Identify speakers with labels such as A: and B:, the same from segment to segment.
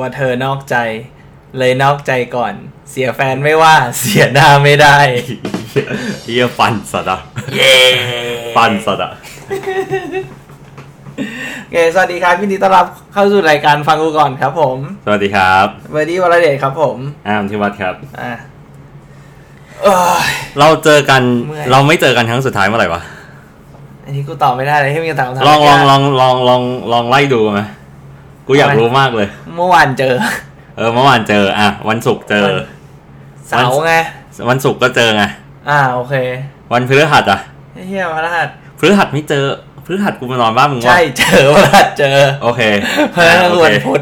A: ว่าเธอนอกใจ เลยนอกใจก่อน เสียแฟนไม่ว่า เสียหน้าไม่ได้
B: เฮียปั่นสัตว์อะ
A: เย้
B: ปั่นสัตว์อะ
A: โอเคสวัสดีครับยินดีต้อนรับเข้าสู่รายการฟังกูก่อนครับผม
B: สวัสดีครับ
A: เบอร์ดี้วรเดชครับผม
B: อ้ามที่วัดครับ
A: อ่ะเอ้ย
B: เราเจอกัน
A: เมื่อย
B: เราไม่เจอกันครั้งสุดท้ายเมื่อไหร่วะ
A: อันนี้กูตอบไม่ได้เลยให้มีคำถามถาม
B: ลองลอง
A: ยาก
B: ลองลองลองลองไล่ดูไหมกูอยากรู้มากเลย
A: เมื่อวานเจอ
B: เออเมื่อวานเจออ่ะวันศุกร์เจอ
A: วัน เสาร์ไง
B: วันศุกร์ก็เจอไง
A: อ่าโอเค
B: วันพฤหัสอ่ะ
A: ไอ้เฮียพระรหัส
B: พฤหัสไม่เจอพฤหัสกูมานอนบ้านมึงวะ
A: ใช่เจอ พระรหัสเจอ
B: โอเค
A: พระรหัส
B: โอ
A: คือวั
B: เคน
A: พุธ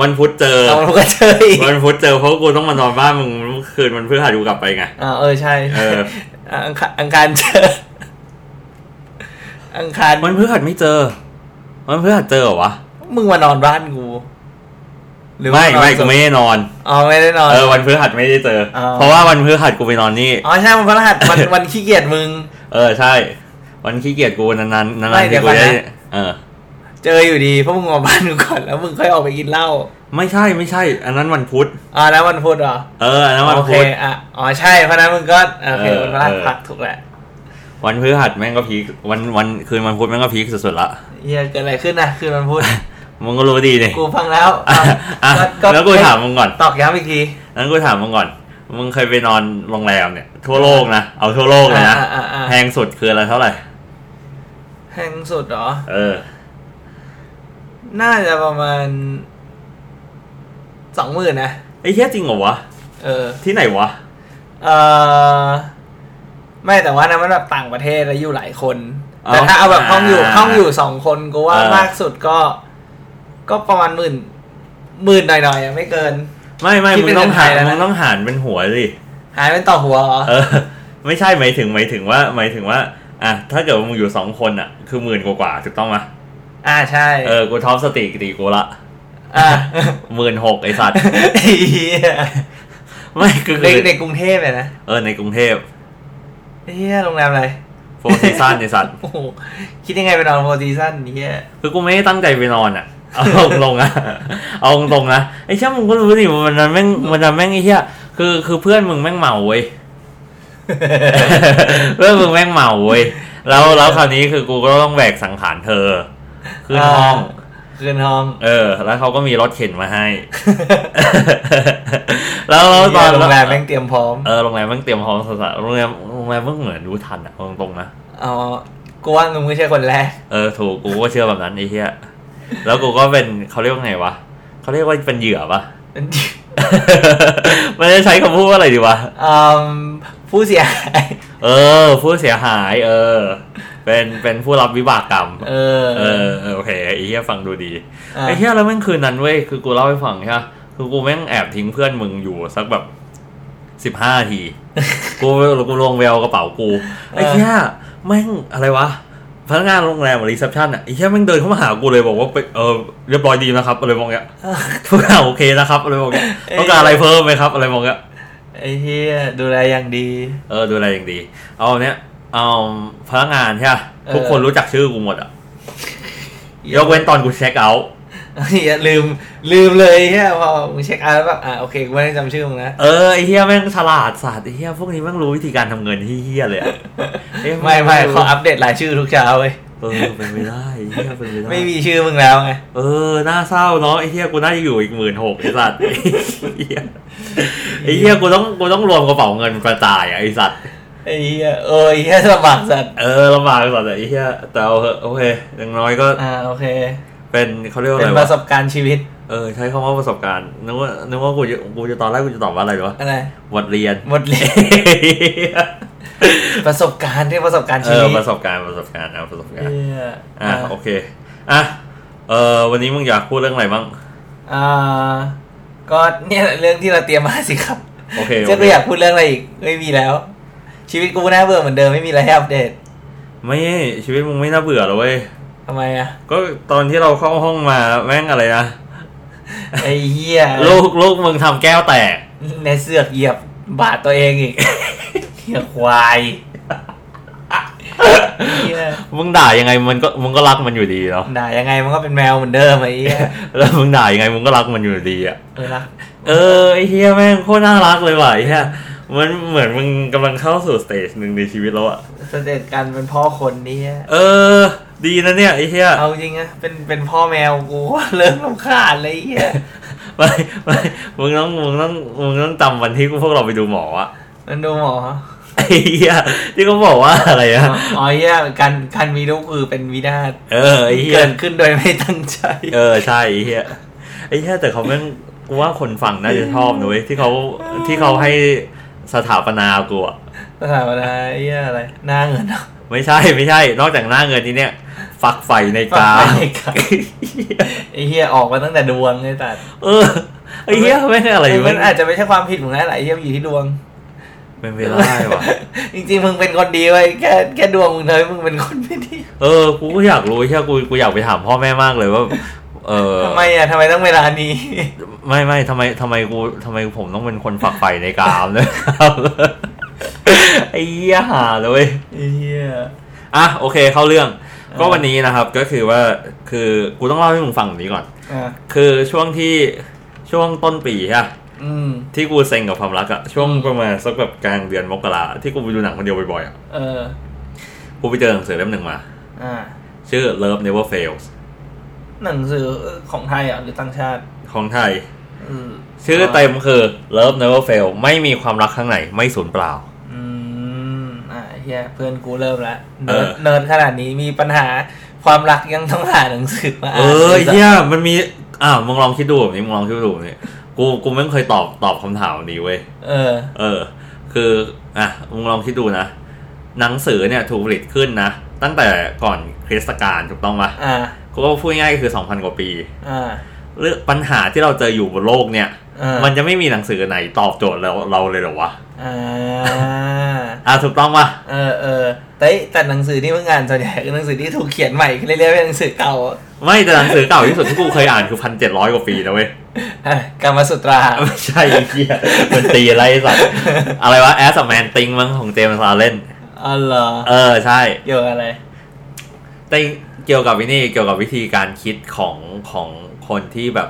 B: วันพุธเจอ
A: เราพุธก็เจออีก
B: วันพุธเจอเพราะกูต้องมานอนบ้านมึงเมื่อคืนวันพฤหัสกูกลับไปไง
A: อ่าเออใช่
B: เออ
A: ะอังคารอังคารเจอ อังคาร
B: วันพฤหัสไม่เจอ วันพฤหัสเจอเหรอวะ
A: มึงมานอนบ้านกู
B: ไม่
A: านอน
B: ไม่กูไม่ได้นอน
A: อ๋อไม่ได้นอน
B: เออวันพฤหัสไม่ได้เจอ
A: อ๋อ
B: เพราะว่าวันพฤหัสกูไปนอนนี่
A: อ๋อใช่มันพระรหัสวันวันขี้เกียจมึง
B: เออใช่ วันขี้เกียจกูนานๆนาน
A: ไม่
B: ๆ
A: เดี๋
B: ที่
A: ยว
B: กู
A: ก่
B: ได้
A: อนนะ
B: เออ
A: เจออยู่ดีเพราะมึงมาบ้านกูก่อนแล้วมึงค่อยออกไปกินเหล้า
B: ไม่ใช่ไม่ใช่ อันนั้นวันพุธ
A: อ๋อแล้ววันพุธเหรอ
B: เอออันนั้นวัน
A: โอเค
B: พุธ
A: อ่ะอ๋อใช่เพราะฉะนั้นมึงก็โอเค
B: เออ
A: มันพลาด
B: เออ
A: พักถูกแหละ
B: วันพฤหัสแม่งก็พีควันวันคืนวันพุธแม่งก็พีคสุดๆละ
A: เฮียเกิดอะไรขึ้นนะคืนวันพุธ
B: มึงก็รู้ดีเลย
A: กูฟังแล้วอ่ะ
B: อ่ะ
A: ก็
B: แล้วกูถามมึงก่อน
A: ตอกย้ำอีกที
B: นั้นกูถามมึงก่อน มึงเคยไปนอนโรงแรมเนี่ยทั่วโลกนะเอาทั่วโลกเลยนะ
A: อ่ะอ่ะอ่ะ
B: แพงสุดคืออะไรเท่าไหร่
A: แพงสุดเหรอ
B: เออ
A: น่าจะประมาณสองหมื่นนะ
B: ไอ้เหี้ยจริงเหรอวะ
A: เออ
B: ที่ไหนวะ
A: เออไม่แต่ว่านะมันแบบต่างประเทศแล้วอยู่หลายคน
B: เอา
A: แต่ถ้าเอาแบบห้องอยู่
B: อ่า
A: ห้องอยู่สองคนกูว่า
B: เออ
A: มากสุดก็ ก็ประมาณหมื่นหมื่นหน่อยๆอะไม่เกิน
B: ไม่ไม่
A: ที่
B: มึ
A: เป็
B: ง
A: น
B: ต้องหาร
A: เงินไทยแล้วนะ
B: มึงต้องหารเป็นหัวสิ
A: หายเป็นต่อหัวเหรอ
B: เออ ไม่ใช่หมายถึงหมายถึงว่าหมายถึงว่า อ่ะถ้าเกิดว่ามึงอยู่สองคนอ่ะ คือหมื่นกว่ากว่าถูกต้องไหม
A: อ่าใช่
B: เออกูท็อปสติกตีกูละ
A: อ่า
B: หมื่นหกไอสัตว์
A: ไอ้เหี้ย
B: ไม่คือ
A: ในในกรุงเทพเลยนะ
B: เออในกรุงเทพ
A: ไอ้เฮียโรงแรมอะไร
B: โฟร์ซีซั่นไอสัตว์
A: โอ้โหคิดยังไงไปนอนโฟร์ซีซั่นเฮีย
B: คือกูไม่ได้ตั้งใจไปนอนอ่ะ เอาลงๆนะ เอาตรงๆนะไอ้เชี่ยมึงก็รู้ดิวันนั้นแม่งวันนั้นแม่งไอ้เชี่ยคือคือเพื่อนมึงแม่งเมาเว้ย เพื่อนมึงแม่งเมาเว้ย แล้วแล้วคราวนี้คือกูก็ต้องแบกสังขารเธอขึ้นห้อง
A: คืนห้อง
B: เออ แล้วเขาก็มีรถเข็นมาให้ แล้วแล้วต
A: ต
B: อ
A: อน
B: น
A: โรงแรมแม่งเตรียมพร้อม
B: เออโรงแรมแม่งเตรียมพร้อมสัสๆโรงแรมโรงแรมแม่งเหมือนรู้ทันอะเอาตรงๆนะ
A: เอากูว่ามึงไม่ใช่คนแรก
B: เออถูกกูก็เชื่อแบบนั้นไอ้เหี้ยแล้วกูก็เป็นเขาเรียกว่าไงวะเขาเรียกว่าเป็นเหยื่อปะ มันจะใช้คำพูดว่าอะไรดีวะ
A: อืมผู้เสียหาย
B: เออ ผู้เสียหาย เออ เป็นเป็นผู้รับวิบากกรรม
A: เออ
B: เออเออโอเคไอ้เหี้ยฟังดูดี
A: ะ
B: ไอ้เหี้ยแล้วแม่งคืนนั้นเว้ยคือกูเล่าให้ฟังใช่ปะคือกูแม่งแอบทิ้งเพื่อนมึงอยู่สักแบบสิบห้าที กูกูลงแววกระเป๋า กูไอ้เหี้ยแม่งอะไรวะพนักงานโรงแรมหรือรีเซพชันอ่ะไอ้เหี้ยแม่งเดินเข้ามาหากูเลยบอกว่าไปเออเรียบร้อยดีนะครับอะไรมองเงี้ย ทุกอย่างโอเคนะครับอะไรมองเงี้ ยต้องการอะไรเพิ่มไหมครับอะไรมองเงี้ย
A: ไอ้เฮียดูแลอย่างดี
B: เออดูแลอย่างดี เอาเนี้ยเอาพนักงานใช่ปะ
A: เออ
B: ทุกคนรู้จักชื่อกูหมดอ่ะยกเว้นตอนกูเช็คเอาท์
A: เฮียลืมลืมเลยเฮียพอมึงเช็คเอาท์แล้วแบบอ่ะโอเคกูไม่ได้จำชื่อมึงนะ
B: เออไอเฮียแม่งฉลาดสัตว์ไอเฮียพวกนี้แม่งรู้วิธีการทำเงินที่เฮีย เลยอะเอ๊ะ
A: ไม่ไม่ขออัปเดตรายชื่อทุกเช้าเว้ย
B: เออเป็นไปได้ไอ้เฮียเป็นไปได้
A: ไม่มีชื่อมึงแล้วไง
B: เออน่าเศร้าเนาะไอเฮียกูน่าจะอยู่อีกหมื่นหกไอสัตว์ไอ้เหี้ยไอเฮียกูต้องกูต้องรวมกระเป๋าเงินกระจายอะไอสัตว์
A: ไอ้เฮียเออไอ้เฮียสมัครสัตว์
B: เออลำบากสัตว์อะไอเฮียแต่เอาเหอะโอเคอย่างน้อยก็
A: อ่าโอเค
B: เป็นเขาเรียกว่า
A: เป็
B: อะ
A: น
B: ไร
A: ประส
B: วะ
A: บการณ์ชีวิต
B: เออใช้คำว่าประสบการณ์นึกว่านึกว่ากูจะกูจะตอนแรกกูจะตอบว่าอะไรวะ
A: อะไร
B: บทเรี ยน
A: หมดเลย ประสบการณ์ที่ประสบการณ์
B: เอ
A: ชี
B: อ
A: วิต
B: ประสบการณ์ประสบการณ์นะประสบการณ์
A: เหี้ย
B: อ่ะโอเค อ่ะ เออวันนี้มึงอยากพูดเรื่องอะไรบ้าง
A: อ่าก็เนี่ยแหละเรื่องที่เราเตรียมมาสิครับ
B: โอเคโอ
A: เจ๊
B: เค
A: ก็อยากพูดเรื่องอะไรอีก ไม่มีแล้ว ชีวิตกูน่าเบื่อเหมือนเดิมไม่มีอะไรให้อัปเดต
B: ไม่ชีวิตมึงไม่น่าเบื่อหรอกเว้ย
A: ทำไมอะ
B: ก็ตอนที่เราเข้าห้องมาแม่งอะไรนะ
A: ไอ้เหี้ย
B: ลูกลูกมึงทำแก้วแตก
A: ในเสือกเหยียบบาดตัวเองอีก เหี้ยควาย เหี้ย
B: มึงด่ายังไงมันก็มึงก็รักมันอยู่ดีเนาะ
A: ด่ายังไงมันก็เป็นแมวเหมือนเดิมไอ้เหี้ย
B: แล้วมึงด่ายังไงมึงก็รักมันอยู่ดีอ่ะ
A: เออนะ
B: เออไอเฮียแม่งโคตรน่ารักเลยว่ะไอเฮียมันเหมือนมึงกำลังเข้าสู่สเตจหนึ่งในชีวิตแล้วอะ
A: สเตจการเป็นพ่อคนนี่เหี้ย
B: เออ ดีนะเนี่ยไอเฮีย
A: เอาจริงนะเป็นเป็นพ่อแมวกู เริ่มรำคาญเลยไอ้เหี้ย
B: ไม่ไม่มึงต้องมึงต้องมึงต้องจำวันที่พวกเราไปดูหมออะ
A: มันดูหมอ
B: ไอเฮียที่เขาบอกว่าอะไรอะ
A: อ๋อไอ้เหี้ยการการมีลูกคือเป็นวินาศ
B: เออไอเฮีย
A: เกิดขึ้นโดยไม่ตั้งใจ
B: เออใช่ไอเฮียไอเฮียแต่เขาแม่งกูว่าคนฟังน่าจะชอบนุ้ยที่เขาที่เขาให้สถาปนากูอะ
A: สถาปนาไอ้เหี้ยอะไรหน้าเงินเหรอ
B: ไม่ใช่ไม่ใช่ นอกจากหน้าเงินนี้เนี่ยฟักไฟในกา
A: ไอ้เหี้ยไอ้เหี้ยออกมาตั้งแต่ดวงเลยแต่
B: เออไอ้เหี้ยไม่งอะไร
A: มั
B: มัน น
A: อาจจะไม่ใช่ความผิดของนั่นแหละไอ้เหี้ยมันอยู่ที่ดวง
B: เป็นไปได้ว่ะ
A: จริงๆ มึงเป็นคนดีไว้ยแค่แค่ดวงมึงเลยมึงเป็นคนไม่ดี
B: เออ กูก็อยากรู้ใช่กูกูอยากไปถามพ่อแม่มากเลยว่า เออ
A: ทำไมอ่ะทำไมต้องเวลานี้
B: ไม่ไม่ทำไมทำไมกูทำไมผมต้องเป็นคนฝักใฝ่ในกามเลยครับไอ้เหี้ยหาเลยเว้ย
A: ไอ้เหี้ย
B: อ่ะโอเคเข้าเรื่อง ก็
A: เออ
B: วันนี้นะครับ ก็คือว่าคือกูต้องเล่าให้มึงฟังอย่างนี้ก่อน
A: อ่ะ
B: คือช่วงที่ช่วงต้นปีอะ
A: อืม
B: ที่กูเซ็งกับความรักอะช่วงประมาณสักแบบกลางเดือนมกราที่กูไปดูหนังคนเดียวบ่อยๆอะ
A: เออ
B: กูไปเจอหนังสือเล่มหนึ่งมา
A: อ่า
B: ชื่อ Love Never Fails
A: หนังสือของไทยอ่ะหรือต่างชาติ
B: ของไทย
A: อืม
B: ชื่อเต็มคือ Love Never Fail ไม่มีความรักข้างในไม่สูญเปล่า
A: อืมอ่ะไอ้เหี้ยเพื่อนกูเริ่มละ
B: เอ
A: เนิร์ด
B: อ
A: เนิร์ดขนาดนี้มีปัญหาความรักยังต้องหาหนังสือมา
B: เอ
A: อ่าน
B: อเฮียมันมี อ่าวมึงลองคิดดูแบบนี้มึงลองคิดดูแบบนี้กูกูไม่เคยตอบตอบคำถามนี้เว้ย
A: เออ
B: เออ คือ อ่ะมึงลองคิดดูนะ หนังสือเนี่ยถูกผลิตขึ้นนะ ตั้งแต่ก่อนคริสตกาลถูกต้องปะ
A: อ่า
B: กูก็พูดง่ายๆคือ 2,000 กว่าปี
A: อ่า
B: เรื่องปัญหาที่เราเจออยู่บนโลกเนี่ย
A: อ่า
B: มันจะไม่มีหนังสือไหนตอบโจทย์เราเราเลยเหรอวะ
A: อ่า
B: อ่ะถูกต้องปะ
A: เออเออแต่แต่หนังสือที่เพิ่งอ่านส่วนใหญ่คือหนังสือที่ถูกเขียนใหม่ขึ้นเรื่อยๆเป็นหนังสือเก่า
B: ไม่แต่หนังสือเก่าที่สุดที่กูเคยอ่านคือพันเจ็ดร้อยกว่าปีนะเว้ย
A: อ่ะกรรมสุตรา
B: ไม่ใช่ไอ้เหี้ยมันตีอะไรไอ้สัตว์อะไรวะแอสแมนติงมั้งของเจมส์ซาเลน
A: อ๋อเหรอ
B: เออใช่
A: เกี่ยวกับอะไร
B: แต่เกี่ยวกับวินี่เกี่ยวกับวิธีการคิดของของคนที่แบบ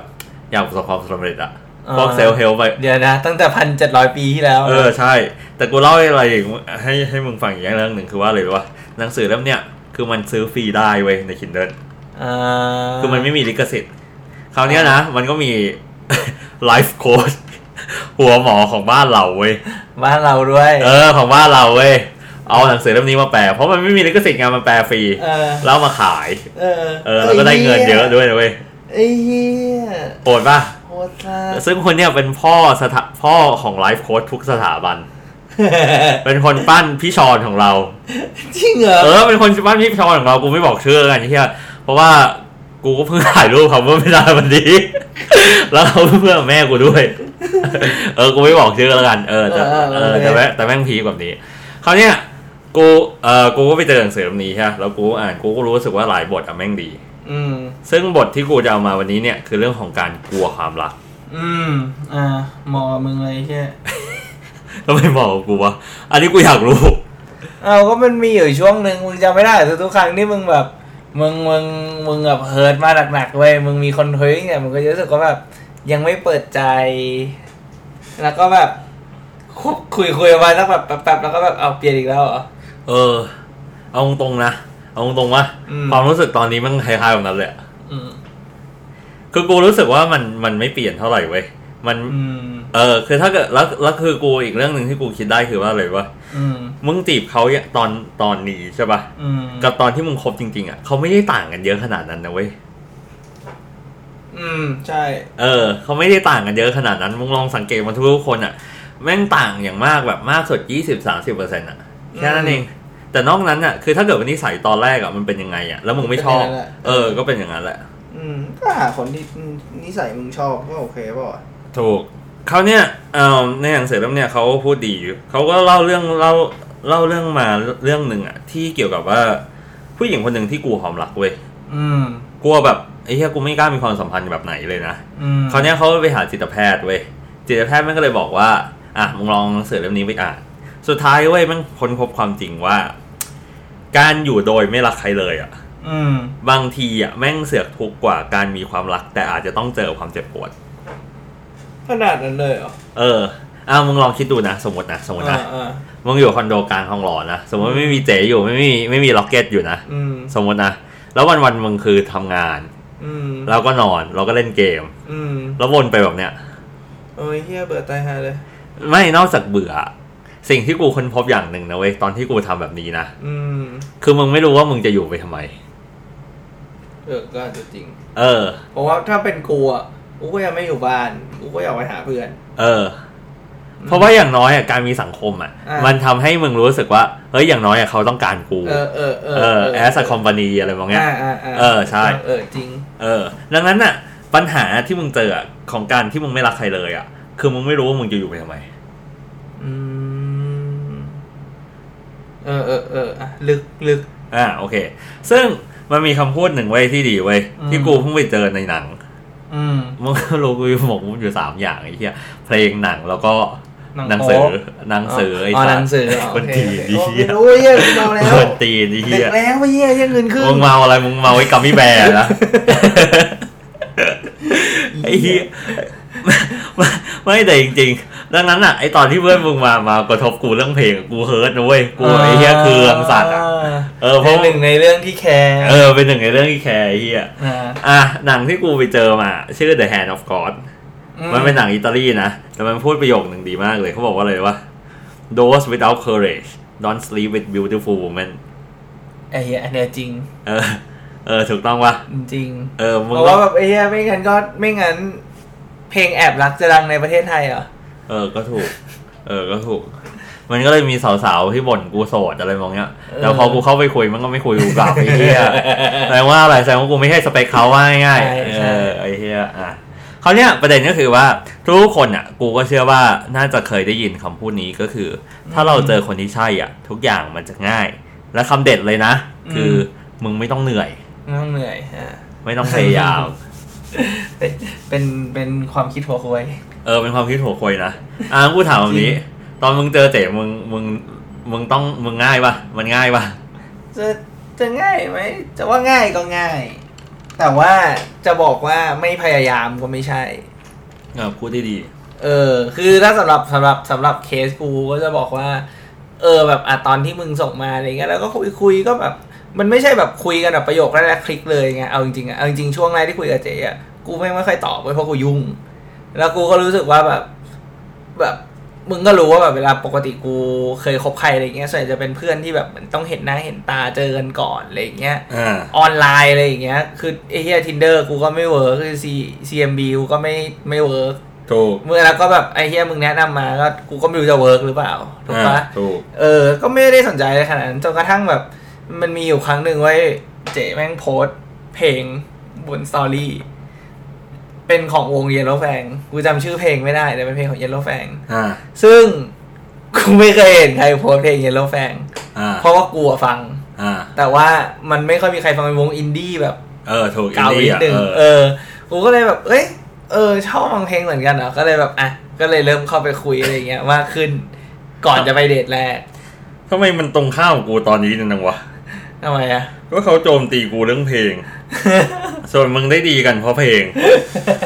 B: อยากประสบความสำเร็จอะ
A: อ่า
B: พวกเซลล์เฮลไป
A: เดี๋ยวนะ ตั้งแต่พันเจ็ดร้อยปีที่แล้ว
B: เออใช่ แต่กูเล่าอะไรอีกให้ให้มึงฟังอีกอย่างเรื่องหนึ่งคือว่าอะไรรู้ปะหนังสือเล่มเนี้ยคือมันซื้อฟรีได้เว้ยใน Kindle
A: อ่า
B: คือมันไม่มีลิขสิทธิ์ คราวเนี้ยนะ มันก็มี ไลฟ์โค้ชหัวหมอของบ้านเราเว้ย
A: บ้านเราด้วย
B: เออ ของบ้านเราเว้ย เอาหนังสือเล่มนี้มาแปล เพราะมันไม่มีลิขสิทธิ์ไงานมันแปลฟรี
A: เออ
B: แล้วเอามาขาย
A: เออ
B: เออ แล้วก็ได้เงินเยอะด้วยนะเว้ย
A: ไอ้เหี้ย
B: โกรธป่ะ
A: โหดสัส
B: ซึ่งคนเนี้ยเป็นพ่อสถาพ่อของไลฟ์โค้ชทุกสถาบัน เป็นคนปั้นพี่ชอนของเรา
A: จริงเหรอ
B: เออ เป็นคนปั้นพี่ชอนของเรา กูไม่บอกชื่อแล้วกันที่เพราะว่ากูก็เพิ่งถ่ายรูปเขาเมื่อไม่นานวันนี้ แล้วเขาเพื่อนแม่กูด้วย เออ กูไม่บอกชื่อแล้วกัน เออแต่เออแต่แม่แต่แม่งพีคแบบนี้ คราวเนี้ยกู เออกูก็ไปเจอหนังสือเล่มนี้ใช่ปะแล้วกูก็อ่าน กูก็รู้สึกว่าหลายบทอะแม่งดี
A: อืม
B: ซึ่งบทที่กูจะเอามาวันนี้เนี่ยคือเรื่องของการกลัวความรัก
A: อืมอ่าหมอมึงเลยไอ้เหี้ย
B: ทำไมบอกกูวะ อันนี้กูอยากรู้
A: เอาก็มันมีอยู่ช่วงหนึ่งมึงจำไม่ได้แต่ทุกครั้งที่มึงแบบมึงมึงมึงแบบเฮิร์ตมาหนักๆเว้ยมึงมีคนทิ้งเนี่ยมึงก็จะรู้สึกว่าแบบยังไม่เปิดใจ แล้วก็แบบคุยคุยคุยมาสักแบบแป๊บๆแล้วก็แบบเอาเปลี่ยนอีกแล้วเหรอ
B: เออ เอาตรงๆนะ เอาตรงๆว่า
A: อืม
B: ความรู้สึกตอนนี้มันคล้ายๆแบบนั้นเลยอะ
A: อืม
B: คือกูรู้สึกว่ามันมันไม่เปลี่ยนเท่าไหร่เว้ย มัน
A: อืม
B: เออ คือถ้าเกิดแล้วแล้วคือกูอีกเรื่องหนึ่งที่กูคิดได้คือว่าอะไรวะ
A: อืม
B: มึงจีบเขาเนี่ยตอนตอนนี้ใช่ปะ
A: อืม
B: กับตอนที่มึงคบจริง ๆ อ่ะเขาไม่ได้ต่างกันเยอะขนาดนั้นนะเว้ย
A: อืมใช่
B: เออ เขาไม่ได้ต่างกันเยอะขนาดนั้น มึงลองสังเกตมาทุกคนอ่ะ แม่งต่างอย่างมากแบบมากสุดยี่สิบสามสิบเปอร์เซ็นต์อ่ะ แค่นั้นเอง แต่นอกนั้นอ่ะ คือถ้าเกิดวันนี้ใส่ตอนแรกอ่ะมันเป็นยังไงอ่ะ แล้วมึงไม่ชอบ เออ ก็เป็นอย่างนั้นแหละ
C: อืมก็หาคนที่นิสัยมึงชอบก็โอเคเปล่าวะ
B: ถูกเขาวเนี่ยเอ่อในหนังสือเล่มเนี่ยเขาพูดดีอยู่เขาก็เล่าเรื่องเล่าเล่าเรื่องมาเรื่องหนึ่งอะที่เกี่ยวกับว่า ผู้หญิงคนหนึ่งที่กลัวความรักเว้ย
A: อืม
B: กลัวแบบไอ้เหี้ยกูไม่กล้ามีความสัมพันธ์แบบไหนเลยนะ
A: อืม
B: คราวเนี้ยเขาไปหาจิตแพทย์เว้ยจิตแพทย์แม่งก็เลยบอกว่าอ่ะมึงลองหนังสือเล่มนี้ไปอ่าน สุดท้ายเว้ยแม่งค้นพบความจริงว่า การอยู่โดยไม่รักใครเลยอ่ะ
A: อืม
B: บางทีอ่ะแม่งเสือกทุกข์กว่าการมีความรัก แต่อาจจะต้องเจอความเจ็บปวด
C: ขนาดนั้นเลยเหรอ
B: เอออ่ะมึงลองคิดดูนะ สมมตินะสมมติ
C: อ่า
B: นะ
C: อ่า
B: มึงอยู่คอนโดกลางทองหล่อนะสมมติไม่มีเจ๋อยู่ไม่มีไม่มีล็อกเก็ตอยู่นะ
C: อืม
B: สมมตินะแล้ววันวันๆมึงคือทำงาน
C: อืม
B: แล้วก็นอนแล้วก็เล่นเกม
C: อืม
B: แล้ววนไปแบบเนี้ย
C: โอ้ยเฮียเบื่อตายฮาเลย
B: ไม่นอกจากเบื่อ สิ่งที่กูค้นพบอย่างหนึ่งนะเว้ยตอนที่กูทำแบบนี้นะ
C: อืม
B: คือมึงไม่รู้ว่ามึงจะอยู่ไปทำไม
C: เออก็อาจจะจริง
B: เออ
C: ผมว่าถ้าเป็นกูอ่ะกูก็ยังไม่อยู่บ้านกูก็อยากไปหาเพื่อน
B: เออ เพราะว่าอย่างน้อยอ่ะการมีสังคมอ่ะ
C: อ่ามั
B: มันทำให้มึงรู้สึกว่า เฮ้ยอย่างน้อยอ่ะเขาต้องการกู
C: เออเออเออ
B: เออแอสคอมพานีอะไรบางอย่าง
C: อ่าอ่าอ่า
B: เออใช่
C: เออจริง
B: เออ ดังนั้นน่ะ ปัญหาที่มึงเจออ่ะของการที่มึงไม่รักใครเลยอ่ะ คือมึงไม่รู้ว่ามึงจะอยู่ไปทำไม
C: อืมเออเออเอออ่ะลึกลึก
B: อ่าโอเค ซึ่งมันมีคำพูดหนึ่งไว้ยที่ดีไว้ย
C: อืม
B: ที่กูเพิ่งไปเจอในหนัง
C: อืม
B: มึงก็รู้กูหมกมุ่นอยู่สามอย่างไอ้เหี้ยเพลงหนังแล้วก็
C: หนั
B: หนั
C: ง
B: งสือ
C: โป๊ะ
B: หนังสือไอ้
A: อ๋อ
B: สั
A: หนั
B: ต
A: ง
B: ว์
A: สืออ๋อ
B: คนจีนดิเหี้ย
C: โอ้ยเฮียกูเมาแล้ว
B: คนตีนไอ้
C: เด็
B: เหี้ย
C: กแรงไปเฮียเฮียเงินขึ้น
B: มึงเมาอะไรมึงเมาไอ้กัมมี่แบร์นะไอ้เหี้ยไม่ไม่แต่จริง ๆ ดังนั้นอ่ะไอ้ตอนที่เพื่อนมึงมามากระทบกูเรื่องเพลงกูเฮิร์ตนะเว้ยกูไอ้เหี้ยคือองสัตว์อ่ะเออเพ
A: เป็
B: ราะ
A: นหนึ่งในเรื่องที่แคร์
B: เออเป็นหนึ่งในเรื่องที่แคร์ไอ้เหี้ย
A: อ่า
B: อ่ะหนังที่กูไปเจอมา ชื่อ The Hand of God มันเป็นหนังอิตาลีนะ แต่มันพูดประโยคหนึ่งดีมากเลยเขาบอกว่าอะไรวะ those without courage don't sleep with beautiful women
A: ไอ้เหี้ยอันเนี้ยจริง
B: เออ เออ ถูกต้องปะ
A: จริง
B: เออ มึง
A: เพราะ
B: ก็
A: ว่าแบบไอ้เหี้ยไม่งั้นก็ไม่งั้น เพลงแอบรักจะดังในประเทศไทยเหรอ
B: เออ ก็ถูก เออ ก็ถูก มันก็เลยมีสาวๆ ที่บ่นกูโสดอะไรมองเนี้ย แล้วพอกูเข้าไปคุยมันก็ไม่คุยกูกลับไอ้เหี้ย แสดงว่าอะไรแสดงว่ากูไม่ใช่สเปคเขาว่าง่ายๆเออ ไอ้เหี้ยอ่ะเขาวเนี้ยประเด็นก็คือว่าทุกคนอ่ะ กูก็เชื่อว่าน่าจะเคยได้ยินคำพูดนี้ก็คือ ถ้าเราเจอคนที่ใช่อ่ะ ทุกอย่างมันจะง่าย และคำเด็ดเลยนะ คือมึงไม่ต้องเหนื่อย
A: ไม่ต้องเหนื่อยอ่า
B: ไม่ต้องพยายาม
A: เป็นเป็นเป็นความคิดหัวควย
B: เออเป็นความคิดหัวควยนะ อ่ะกูถามแบบนี้ ตอนมึงเจอเจ๋มึงมึงมึงต้องมึงง่ายปะมันง่ายปะ
A: จะจะง่ายไหมจะว่าง่ายก็ง่าย แต่ว่าจะบอกว่าไม่พยายามก็ไม่ใช่
B: เออพูดได้ดี
A: เออ คือถ้าสำหรับสำหรับสำหรับเคสกูก็จะบอกว่า เออแบบอ่ะตอนที่มึงส่งมาอะไรเงี้ยแล้วก็คุยคุยก็แบบ มันไม่ใช่แบบคุยกันแบบประโยคแรกๆคลิกเลยไงเอาจริงๆอ่ะเอาจริงๆช่วงแรกที่คุยกับเจ๊อ่ะกูไม่ไม่ค่อยตอบเว้ยเพราะกูยุ่ง แล้วกูก็รู้สึกว่าแบบ แบบมึงก็รู้ว่าแบบเวลาปกติกูเคยคบใครอะไรเงี้ยส่วนใหญ่จะเป็นเพื่อนที่แบบเหมันต้องเห็นหน้าเห็นตาเจอกันก่อนอะไรเงี้ย
B: อ่า
A: ออนไลน์อะไรอย่างเงี้ย คือไอ้เฮียทินเดอร์กูก็ไม่เวิร์กคือ C CMB กูก็ไม่ไม่เวิร์ก
B: ถูก
A: เมื่อแล้วก็แบบไอ้เฮียมึงแนะนำมาก็กูก็ไม่รู้จะเวิร์กหรือเปล่าถูก
B: อ่า
A: ปะ
B: ถูก
A: เออ ก็ไม่ได้สนใจเลยขนาดนั้นจนกระทั่งแบบ มันมีอยู่ครั้งหนึ่งไว้ยเจ๊แม่งโพสต์เพลงบนสตอรี่ เป็นของวงเยลโลแฟงกูจำชื่อเพลงไม่ได้แต่เป็นเพลงของเยลโลแฟง
B: อ่า
A: ซึ่งกูไม่เคยเห็นใครโพสต์เพลงเยลโลแฟง
B: อ่า
A: เพราะว่ากลัวฟัง
B: อ่า
A: แต่ว่ามันไม่ค่อยมีใครฟังเป็นวงอินดี้แบบ
B: เออ ถูก
A: เก่านิด
B: อ่ะ
A: นึง
B: เออ
A: เออ กูก็เลยแบบ เอ้ย เออ ชอบฟังเพลงเหมือนกันเหรอ ก็เลยแบบ อ่ะ ก็เลยเริ่มเข้าไปคุยอะไรเงี้ยมากขึ้น ก่อนจะไปเดทแรก
B: ทำไมมันตรงข้ามกับกูตอนนี้เนยนังวะ
A: ทำไมอ่ะ
B: ก็เขาโจมตีกูเรื่องเพล ง ส่วนมึงได้ดีกันเพราะเพลง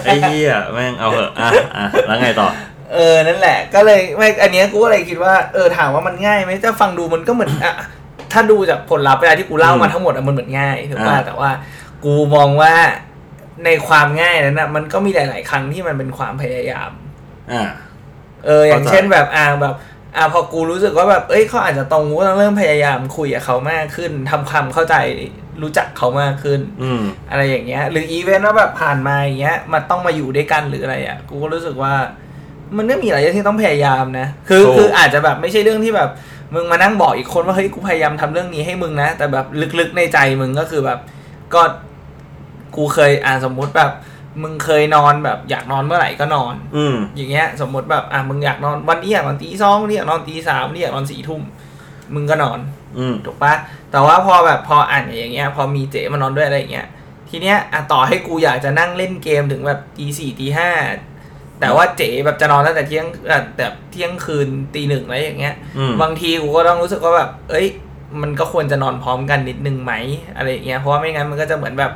B: ไอ้เหี้ยแม่งเอาเหอะอ่ะอ่ะแล้วไงต่อ
A: เออ นั่นแหละ ก็เลยไม่ อันเนี้ยกูก็เลยคิดว่า เออ ถามว่ามันง่ายไหมถ้าฟังดูมันก็เหมือน อ่ะ ถ้าดูจากผลลัพธ์เวลาที่กูเล่ามา
B: อืม
A: ทั้งหมดอะมันเหมือนง่ายถูกป่ะ
B: อ่า
A: แต่ว่า กูมองว่าในความง่ายนั้นนะมันก็มีหลาย ๆ ครั้งที่มันเป็นความพยายาม
B: อ่า
A: เอออย่าง
B: เข้าใจ
A: เช่นแบบอ่าแบบอ่าพอกูรู้สึกว่าแบบเอ้ยเขาอาจจะตรงกูก็ต้องเริ่มพยายามคุยกับเขามากขึ้นทำความเข้าใจรู้จักเขามากขึ้น
B: อืม
A: อะไรอย่างเงี้ย หรืออีเวนต์ว่าแบบผ่านมาอย่างเงี้ยมันต้องมาอยู่ด้วยกันหรืออะไรอ่ะกูก็รู้สึกว่า มันไม่มีอะไรที่ต้องพยายามนะ คือ
B: ถูก
A: คืออาจจะแบบไม่ใช่เรื่องที่แบบมึงมานั่งบอกอีกคนว่าเฮ้ยกูพยายามทำเรื่องนี้ให้มึงนะ แต่แบบลึกๆในใจมึงก็คือแบบ ก็กูเคยอ่าสมมุติแบบ มึงเคยนอนแบบอยากนอนเมื่อไหร่ก็นอน
B: อืม
A: อย่างเงี้ยสมมติแบบอ่ะมึงอยากนอนวันนี้อยากนอนตีสองวันนี้อยากนอนตีสามวันนี้อยากนอนสี่ทุ่มมึงก็นอน
B: อืม
A: ถูกปะแต่ว่าพอแบบพออ่านอย่างเงี้ย พอมีเจ๊มานอนด้วยอะไรอย่างเงี้ยทีเนี้ยอ่ะต่อให้กูอยากจะนั่งเล่นเกมถึงแบบตีสี่ตีห้าแต่ว่าเจ๊แบบจะนอนตั้งแต่เที่ยงเอ่อแบบเที่ยงคืนตีหนึ่งอะไรอย่างเงี้ย
B: อืม
A: บางทีกูก็ต้องรู้สึกว่าแบบ เอ้ย มันก็ควรจะนอนพร้อมกันนิดนึงไหมอะไรอย่างเงี้ยเพราะว่าไม่งั้นมันก็จะเหมือนแบบ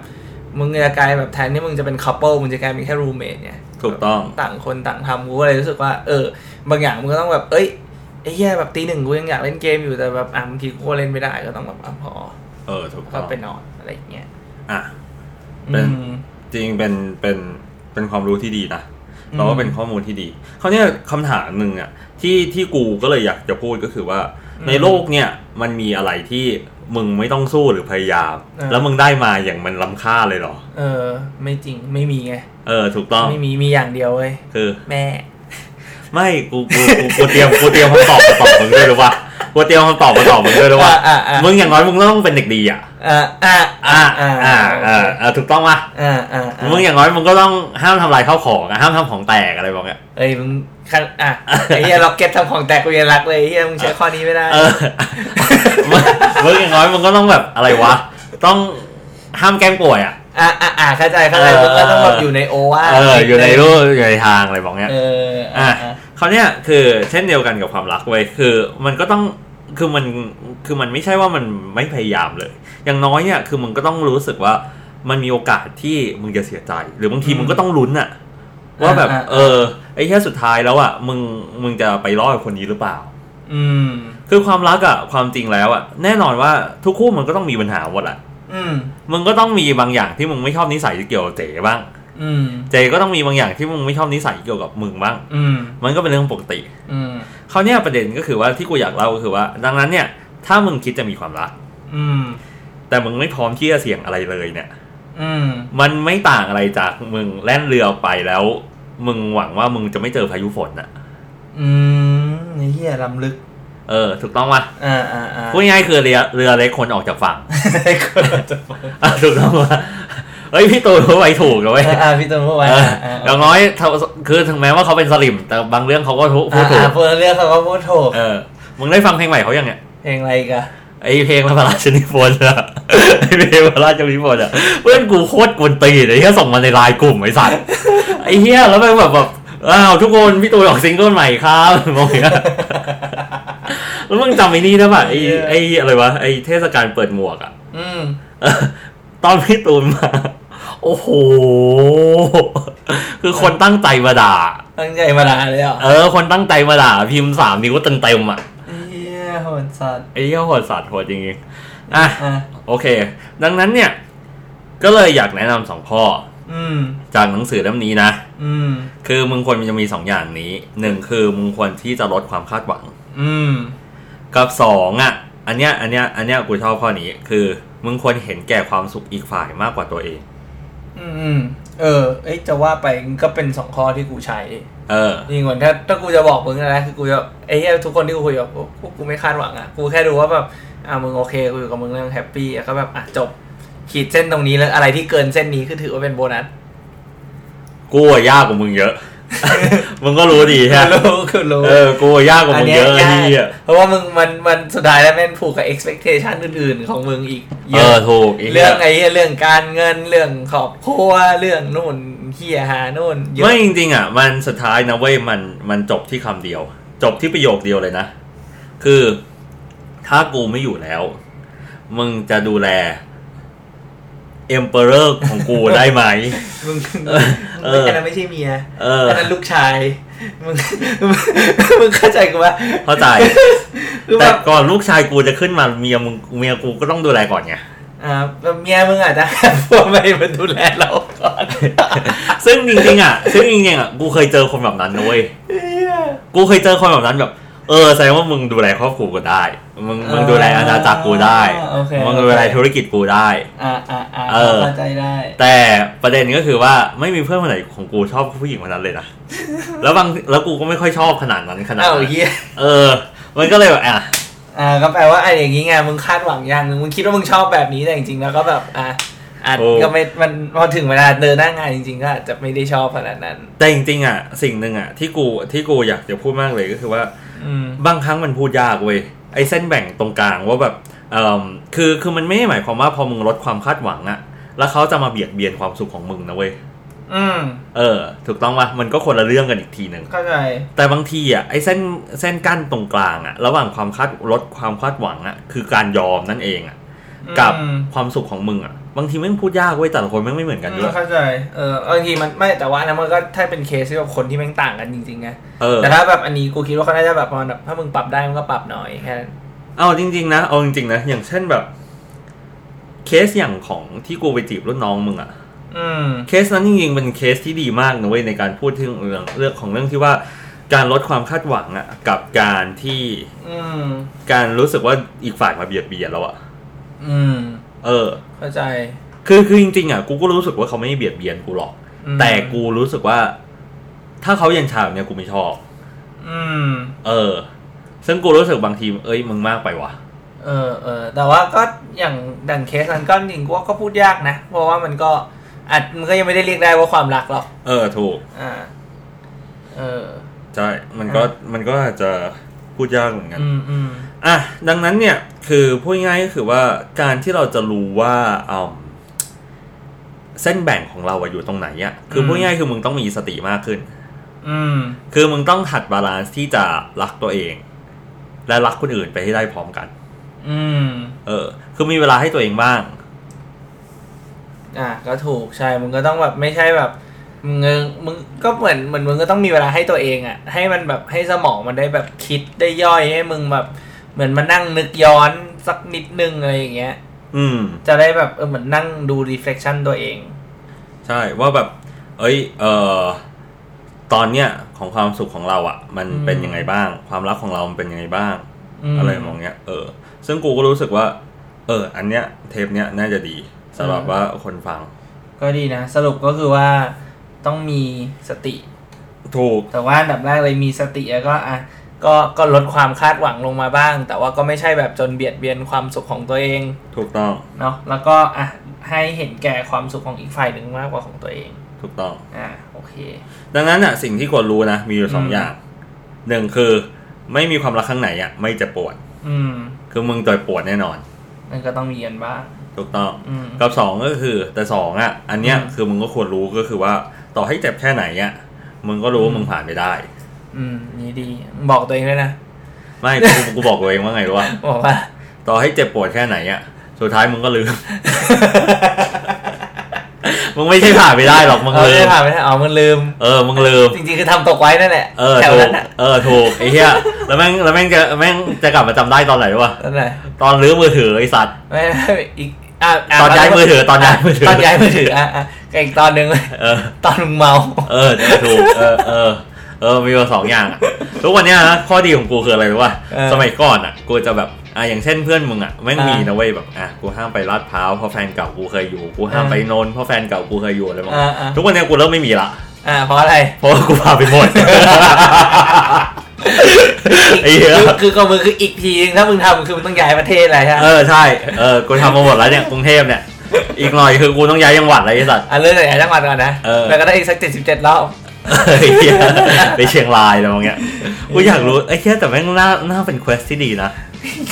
A: มึงจะกลายแบบแทนที่มึงจะเป็นคัพเปิลมึงจะกลายเป็นแค่รูเมทเนี่ย
B: ถูกต้อง
A: ต่างคนต่างทำกูก็เลยรู้สึกว่า เออบางอย่างมึงก็ต้องแบบ เอ้ยไอ้แย่แบบตีหนึ่งกูยังอยากเล่นเกมอยู่แต่แบบอ่ะบางทีกูก็เล่นไม่ได้ก็ต้องแบบอ่ะพอ
B: เออ ถูกต้
A: ก็
B: อง
A: ไปนอนอะไรอย่างเงี้ย
B: อ่ะ เป็
A: อื
B: น
A: ม
B: จริงเป็นเป็นเป็นความรู้ที่ดีนะ
A: อืม
B: เราว่าเป็นข้อมูลที่ดีเขาวเนี่ยคำถามหนึ่งอ่ะที่ที่กูก็เลยอยากจะพูดก็คือว่า ในโลกเนี่ยมันมีอะไรที่มึงไม่ต้องสู้หรือพยายาม
A: เออ
B: แล้วมึงได้มาอย่างมันล้ำค่าเลยเหรอ
A: เออ ไม่จริงไม่มีไง
B: เออ ถูกต้อง
A: ไม่มีมีอย่างเดียวเว้ย
B: คือ
A: แม่
B: ไม่กูกูกูกูเตรียมกูเตรียมคำตอบมาตอบมึงด้วยหรือวะกูเตรียมคำตอบมาตอบมึงด้วยหรือวะ
A: อ่ะอ่ะ
B: มึงอย่างน้อยมึงต้องเป็นเด็กดีอ่ะ
A: อ่ะอ่ะ
B: อ่า
A: อ่ะ
B: อ่าอ่าอ่าถูกต้องปะ
A: อ่ะอ่ะะ
B: มึงอย่างน้อยมึงก็ต้องห้ามทำลายข้าวของอะห้ามทำของแตกอะไรบอกเนี้ย
A: เอ้ยมึงคันอ่ะไอ้เหี้ยล็อกเก็ตทำของแตกกูยังรักเลยไอ้เหี้ยมึงใช้ข้อนี้ไม่ได้
B: เออมึงมึงอย่างน้อยมึงก็ต้องแบบอะไรวะ ต้องห้ามแกล้งป่วยอ่ะ
A: อ่ะอ่ะอ่ะเข้าใจเข้าใจ
B: เออ
A: มึงก็ต้องแบบอยู่ในโอวาท
B: เออ อยู่ในรูอยู่ในทางอะไรบอกเนี้ย
A: เอออ่ะ
B: อ่ะ
A: อ่ะ
B: เขาวเนี่ยคือเช่นเดียวกันกับความรักเว้ยคือมันก็ต้องคือมันคือมันไม่ใช่ว่ามันไม่พยายามเลย อย่างน้อยเนี่ยคือมึงก็ต้องรู้สึกว่ามันมีโอกาสที่มึงจะเสียใจ หรือบางที
A: อืม
B: มึงก็ต้องลุ้นอะว่าแบบ
A: อ่าอ่า
B: เออไอ้แค่สุดท้ายแล้วอะมึงมึงจะไปรอดกับคนนี้หรือเปล่า
A: อืม
B: คือความรักอะความจริงแล้วอะแน่นอนว่าทุกคู่มันก็ต้องมีปัญหาหมดอะ
A: อืม
B: มึงก็ต้องมีบางอย่างที่มึงไม่ชอบนิสัยเกี่ยวกับเจ๋บ้าง
A: อืม
B: เจ๋ก็ต้องมีบางอย่างที่มึงไม่ชอบนิสัยเกี่ยวกับมึงบ้าง
A: อืม
B: มันก็เป็นเรื่องปกติ
A: อืม
B: เขาวเนี่ยประเด็นก็คือว่าที่กูอยากเล่าก็คือว่า ดังนั้นเนี่ย ถ้ามึงคิดจะมีความรัก
A: อืม
B: แต่มึงไม่พร้อมที่จะเสี่ยงอะไรเลยเนี่ย
A: อืม
B: มันไม่ต่างอะไรจากมึงแล่นเรือออกไปแล้ว มึงหวังว่ามึงจะไม่เจอพายุฝนน่ะ
A: อืมไอ้เหี้ยลำลึก
B: เออ ถูกต้องปะ
A: อ่าอ่าอ่า
B: พูดง่ายๆคือเรือเรือเล็กคนออกจากฝั่ง
A: ไอ้คนเราจะบอก
B: อ่ะถูกต้องปะเฮ้ยพี่ตูนเขาไปถูกนะ
A: เอ
B: เว้ย
A: ออ่าพี่ตูนพูดไว้
B: เออ
A: อ่าอ่า
B: อ
A: อ่า
B: ย่างน้อยเท่าคือถึงแม้ว่าเขาเป็นสลิมแต่บางเรื่องเขาก็พูดถูก
A: อ่าพูดเรื่องเขาก็พูดถูก
B: เออมึงได้ฟังเพลงใหม่เขายังเนี่ย
A: เพลงอะไรอีกัน
B: ไอเพลงพระราชนิพนธ์อะไอเพลงพระราชนิพนธ์อะเพื่อนกูโคตรกวนตีนไอ้เหี้ยส่งมาในไลน์กลุ่มไอ้สัตว์ไอ้เหี้ยแล้วแม่งแบบแบบอ้าวทุกคนพี่ตูนออกซิงเกิลใหม่ครับมองเงี้ยแล้วมึงจำไอ้นี่ได้ป่ะไอ้ไอ้อะไรวะไอ้เทศกาลเปิดหมวกอะ
A: อืม
B: เออตอนพี่ตูนมา โอ้โห คือคนตั้งใจมาด่า
A: ตั้งใจมาด่าเลยเหรอ
B: เออ คนตั้งใจมาด่า พิมพ์สามนิ้วเต็มๆอ่ะ
A: ไอ้เหี้ยโหดสัตว์
B: ไอ้เหี้ยโหดสัตว์โหดจริงๆอ่ะ
A: อ่ะ
B: โอเค ดังนั้นเนี่ย ก็เลยอยากแนะนำสองข้อ
A: อืม
B: จากหนังสือเล่มนี้นะ
A: อืม
B: คือมึงควรจะมีสองอย่างนี้หนึ่งคือมึงควรที่จะลดความคาดหวัง
A: อืม
B: กับสองอ่ะ อันเนี้ย อันเนี้ย อันเนี้ยกูชอบข้อนี้ คือมึงควรเห็นแก่ความสุขอีกฝ่ายมากกว่าตัวเอง
A: อืมอืมเออ เอ้ยจะว่าไปก็เป็นสองข้อที่กูใช้
B: เออ
A: ยิ่งกว่าถ้าถ้ากูจะบอกมึงนะคือกูจะไอ้เหี้ยทุกคนที่กูคุยกับกูกูกูไม่คาดหวังอ่ะกูแค่ดูว่าแบบอ่ะมึงโอเคกูอยู่กับมึงเรื่องแฮปปี้อ่ะก็แบบอ่ะจบขีดเส้นตรงนี้แล้วอะไรที่เกินเส้นนี้คือถือว่าเป็นโบนัส
B: กูอะยากกว่ามึงเยอะ มึงก็รู้ดีใช่ไหม
A: รู้คือรู้
B: เออ กูอะยากกว่ามึงเยอะไอ้
A: ยาก
B: ที่อ่ะ
A: เพราะว่ามึงมันมันสุดท้ายแล้วแม่นผูกกับ expectation อื่นๆ ของมึงอีก
B: เอ
A: เยอะ
B: อถูกไหี้ย
A: เรื่องไอ้เหี้ยเรื่องการเงินเรื่องครอบครัวเรื่องนู่นเฮียหานู่นเยอะ
B: ไม่จริงๆอ่ะ มันสุดท้ายนะเว้ยมันมันจบที่คำเดียว จบที่ประโยคเดียวเลยนะ คือถ้ากูไม่อยู่แล้ว มึงจะดูแลเอ็มเปอเรอร์ของกูได้ ไหม
A: มึง
B: เออเอออั
A: อันนั้นไม่ใช่เมีย
B: เออ
A: อันนั้นลูกชาย มึง มึงเข้าใจกูปะ
B: เข้าใจ
A: คือแบ
B: แต่
A: บ
B: ก่อนลูกชายกูจะขึ้นมาเมียมึงเมียกูก็ต้องดูแลก่อนไง
A: อ่าเมียมึงอาจจะ พวกไม่มาดูแลเราก่ อน
B: ซึ่งจริงๆอ่ะ ซึ่งจริงๆอ่ะกูเคยเจอคนแบบนั้นนะเว้ย กูเคยเจอคนแบบนั้นแบบ เออแสดงว่ามึงดูแลครอบครัวกูได้ มึงมึงดูแลอาณาจักรกูได้
A: โอเค
B: มึงดูแลธุรกิจกูได้
A: อ่าอ่าอ่า
B: เออ
A: เข้าใจได้
B: แต่ประเด็นก็คือว่าไม่มีเพื่อนคนไหนของกูชอบผู้หญิงคนนั้นเลย นะ แล้วบางแล้วกูก็ไม่ค่อยชอบขนาดนั้นขนาด
A: อ้าว
B: นั้น
A: เฮีย
B: เออ มันก็เลยแบบอ่ะ
A: อ่าก็แปลว่าไอ้อย่างงี้ไง มึงคาดหวังอย่างหนึ่งมึงคิดว่ามึงชอบแบบนี้แต่จริงๆแล้วก็แบบอ่าอาจก็ไม่ มันพอถึงเวลาเดินหน้างานจริงๆก็อาจจะไม่ได้ชอบขนาดนั้น
B: แต่จริงๆอ่ะสิ่งหนึ่งอ่ะที่กูที่กูอยากจะพูดมากเลยก็คือว่า
A: อืม
B: บางครั้งมันพูดยากเว้ยไอ้เส้นแบ่งตรงกลางว่าแบบเออคือคือมันไม่ได้หมายความว่าพอมึงลดความคาดหวังอ่ะ แล้วเขาจะมาเบียดเบียนความสุขของมึงนะเว้ย
A: อืม
B: เออ ถูกต้องปะมันก็คนละเรื่องกันอีกทีหนึ่ง
A: เข้าใจ
B: แต่บางทีอ่ะไอ้เส้นเส้นกั้นตรงกลางอ่ะ ระหว่างความคาดลดความคาดหวังอ่ะ คือการยอมนั่นเองอ่ะ กับ
A: อืม
B: ความสุขของมึงอ่ะ บางทีแม่งพูดยากเว้ยแต่ละคนแม่งไม่เหมือนกันด้วย
A: อืมเข้าใจ เออบางทีมันไม่แต่ว่าอันนะมันก็ถ้าเป็นเคสที่แบบคนที่แม่งต่างกันจริงๆไง
B: เออ
A: แต่ถ้าแบบอันนี้กูคิดว่าเขาน่าจะแบบประมาณแบบถ้ามึงปรับได้มันก็ปรับหน่อยแค่นั้น
B: เอาจริง ๆ นะ เอาจริง ๆ นะ อย่างเช่นแบบ เคสอย่างของที่กูไปจีบรุ่นน้องมึงอะ
A: อืม
B: เคสนั้นจริงๆเป็นเคสที่ดีมากนะเว้ยในการพูดถึงเรื่องเรื่องของเรื่องที่ว่าการลดความคาดหวังอะกับการที่
A: อืม
B: การรู้สึกว่าอีกฝ่ายมาเบียดเบียนเราอะ
A: อืม
B: เออ
A: เข้าใจ
B: คือคือจริงๆอะกูก็รู้สึกว่าเขาไม่ได้เบียดเบียนกูหรอก
A: อืม
B: แต่กูรู้สึกว่า ถ้าเขายันชาแบบเนี้ยกูไม่ชอบ
A: อืม
B: เออ ซึ่งกูรู้สึกบางทีเอ้ยมึงมากไปว่ะ
A: เออเออแต่ว่าก็อย่างดังเคสนั้นก็จริงๆกูว่าก็พูดยากนะ เพราะว่ามันก็อาจมันก็ยังไม่ได้เรียกได้ว่าความรักหรอก
B: เออถูก
A: อ่า เออ
B: ใช่ มันก็ มันก็อาจจะพูดยากเหมือนกัน
A: อืมอืม
B: อ่ะ ดังนั้นเนี่ย คือพูดง่ายๆก็คือว่า การที่เราจะรู้ว่าเอ่อเส้นแบ่งของเราอะอยู่ตรงไหนอะคือพูดง่ายๆคือมึงต้องมีสติมากขึ้น
A: อืม
B: คือมึงต้องหัดบาลานซ์ที่จะรักตัวเอง และรักคนอื่นไปให้ได้พร้อมกัน
A: อืม
B: เออ คือมีเวลาให้ตัวเองบ้าง
A: อ่ะก็ถูกใช่มึงก็ต้องแบบไม่ใช่แบบมึงเองมึงก็เหมือนเหมือนมึงก็ต้องมีเวลาให้ตัวเองอะ่ะ ให้มันแบบให้สมองมันได้แบบคิดได้ย่อยให้มึงแบบ เหมือนมานั่งนึกย้อนสักนิดนึงอะไรอย่างเงี้ย
B: อืม
A: จะได้แบบเออเหมือนนั่งดู reflection ตัวเอง
B: ใช่ ว่าแบบ เอ้ย เออตอนเนี้ยของความสุขของเราอะมัน
A: อืม
B: เป็นยังไงบ้าง ความรักของเรามันเป็นยังไงบ้าง
A: ม
B: อะไรมองเนี้ย เออ ซึ่งกูก็รู้สึกว่า เออ อันเนี้ย เทปเนี้ยน่าจะดีสำหรับว่าคนฟัง
A: ก็ดีนะ สรุปก็คือว่าต้องมีสติ
B: ถูก
A: แต่ว่าอันดับแรกเลยมีสติแล้วก็อ่ะก็ก็ลดความคาดหวังลงมาบ้าง แต่ว่าก็ไม่ใช่แบบจนเบียดเบียนความสุขของตัวเอง
B: ถูกต้อง
A: เนาะแล้วก็อ่ะให้เห็นแก่ความสุขของอีกฝ่ายหนึ่งมากกว่าของตัวเอง
B: ถูกต้อง
A: อ่าโอเค
B: ดังนั้นอะสิ่งที่ควรรู้นะ มีอยู่สอง
A: อืม
B: อย่าง หนึ่งคือ ไม่มีความรักข้างไหนอะไม่เจะปวด
A: อืม
B: คือมึงตัวปวดแน่นอน
A: มันก็ต้องมีกันบ้าง
B: ถูกต้อง
A: อืม
B: กับสองก็คือแต่สองอ่ะ อันเนี้ย
A: อืม
B: คือมึงก็ควรรู้ก็คือว่าต่อให้เจ็บแค่ไหนอ่ะมึงก็รู้ว่ามึงผ่านไปได้
A: อืมนี่ดีบอกตัวเองด้วยนะ
B: ไม่กูกูบอกตัวเองว่าไงรู้ว่า
A: บอกว่า
B: ต่อให้เจ็บปวดแค่ไหนอ่ะสุดท้ายมึงก็ลืม มึงไม่ใช่ผ่านไปได้หรอกมึง
A: เออ
B: ลื
A: ได้
B: ม
A: ผ่านไปแล้วอ๋อมึงลืม
B: เออมึงลืม
A: จริงๆคือทำตกไว้นั่นแหละ
B: เออ
A: แถว
B: ถูก
A: นั้นอ่ะ
B: เออถูกไอ้เหี้ยแล้วแม่งแล้วแม่งจะแม่งจะกลับมาจำได้ตอนไหนวะ
A: นั่นแหละ
B: ตอนรื้อมือถือไอ้สัตว์
A: ไม่ไม่อีกอ่ะะ
B: ตอนย้ายมือถือตอนย้ายมือถือ
A: ตอนย้ายมือถืออ่ะอ่ะกับอีกตอนหนึ่ง
B: เออ
A: ตอนมึงเมา
B: เออถูกเออเออเออมีอยู่สองอย่างอะทุกวันเนี้ยนะข้อดีของกูคืออะไรรู้ป่ะ
A: เออ
B: สมัยก่อนอ่ะกูจะแบบอ่ะอย่างเช่นเพื่อนมึงอ่ะแม่ง
A: อ่ามี
B: มีนะเว้ยแบบอ่ะกูห้ามไปลาดพร้าวเพราะแฟนเก่ากูเคยอยู่กูห้าม
A: อ่า
B: ไปนนท์เพราะแฟนเก่ากูเคยอยู่อะไรบ้าง
A: อ่าอ่า
B: ทุกวันเนี้ยกูเริ่มไม่มีละ
A: อ่ะเพราะอะไร
B: เพราะว่ากูพาไป หมด ไอ้เหี้ย
A: คือคือกับมือคืออีกทีนึงถ้ามึงทำคือมึงต้องย้ายประเทศอะไรฮะ
B: เออใช่เออกูทำมาหมดแล้วเนี่ยกรุงเทพเนี่ยอีกหน่อยคือกูต้องย้ายจังหวัดอะไรไอ้สัตว์
A: อ่ะเรื่องไหนย้ายจังหวัดก่อนนะ
B: เออ
A: แล้วก็ได้อีกสักเจ็ดสิบเจ็ดรอบ
B: เฮ้ยไปเชียงรายอะไรบางอย่างกูอยากรู้ไอ้แค่แต่แม่งน่าน่าเป็นเควสที่ดีนะ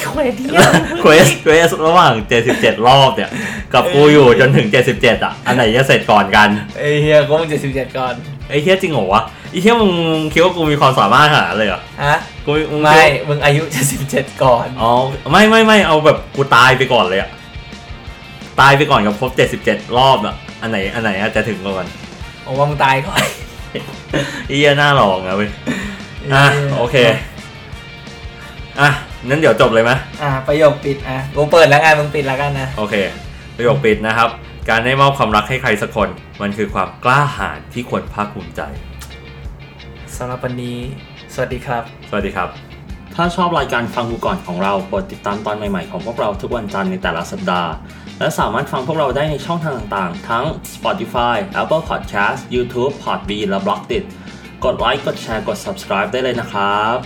A: เควสที่
B: เควสเควสระหว่าง 77 รอบเนี่ย กับกูอยู่จนถึง 77 อ่ะ อันไหนจะเสร็จก่อนกัน
A: ไอ้เฮียกูมึงเจ็ดสิบเจ็ดก่อน
B: ไอ้เหี้ยจริงเหรอวะไอ้เหี้ยมึงคิดว่ากูมีความสามารถขนาดนั้นเลยเหรอ
A: ฮะ
B: กูง
A: ไม่ มึงอายุเจ็ดสิบเจ็ดก่อน
B: อ๋อไม่ไม่ไม่เอาแบบกูตายไปก่อนเลยอ่ะ ตายไปก่อนกับครบ 77 รอบอ่ะ อันไหนอันไหนอะจะถึงก่อน
A: ผมว่ามึงตายก่อน
B: ไอ้เหี้ยน่าหลองอะเว้ย อ่ะโอเค อ่ะนั้นเดี๋ยวจบเลยไหม
A: อ่ะประโยคปิด อ่ะ กูเปิดแล้วไงมึงปิดแล้วกันนะ
B: โอเค ประโยคปิดนะครับ การได้มอบความรักให้ใครสักคน มันคือความกล้าหาญที่ควรภาคภูมิใจ
A: สำหรับวันนี้ สวัสดีครับ
B: สวัสดีครับ
D: ถ้าชอบรายการฟังกูก่อนของเราโปรดติดตามตอนใหม่ๆของพวกเราทุกวันจันทร์ในแต่ละสัปดาห์ และสามารถฟังพวกเราได้ในช่องทางต่างๆ ทั้ง Spotify, Apple Podcast, YouTube, Podbean และ b l o g d i t กดไลค์ กดแชร์ กด subscribe ได้เลยนะครับ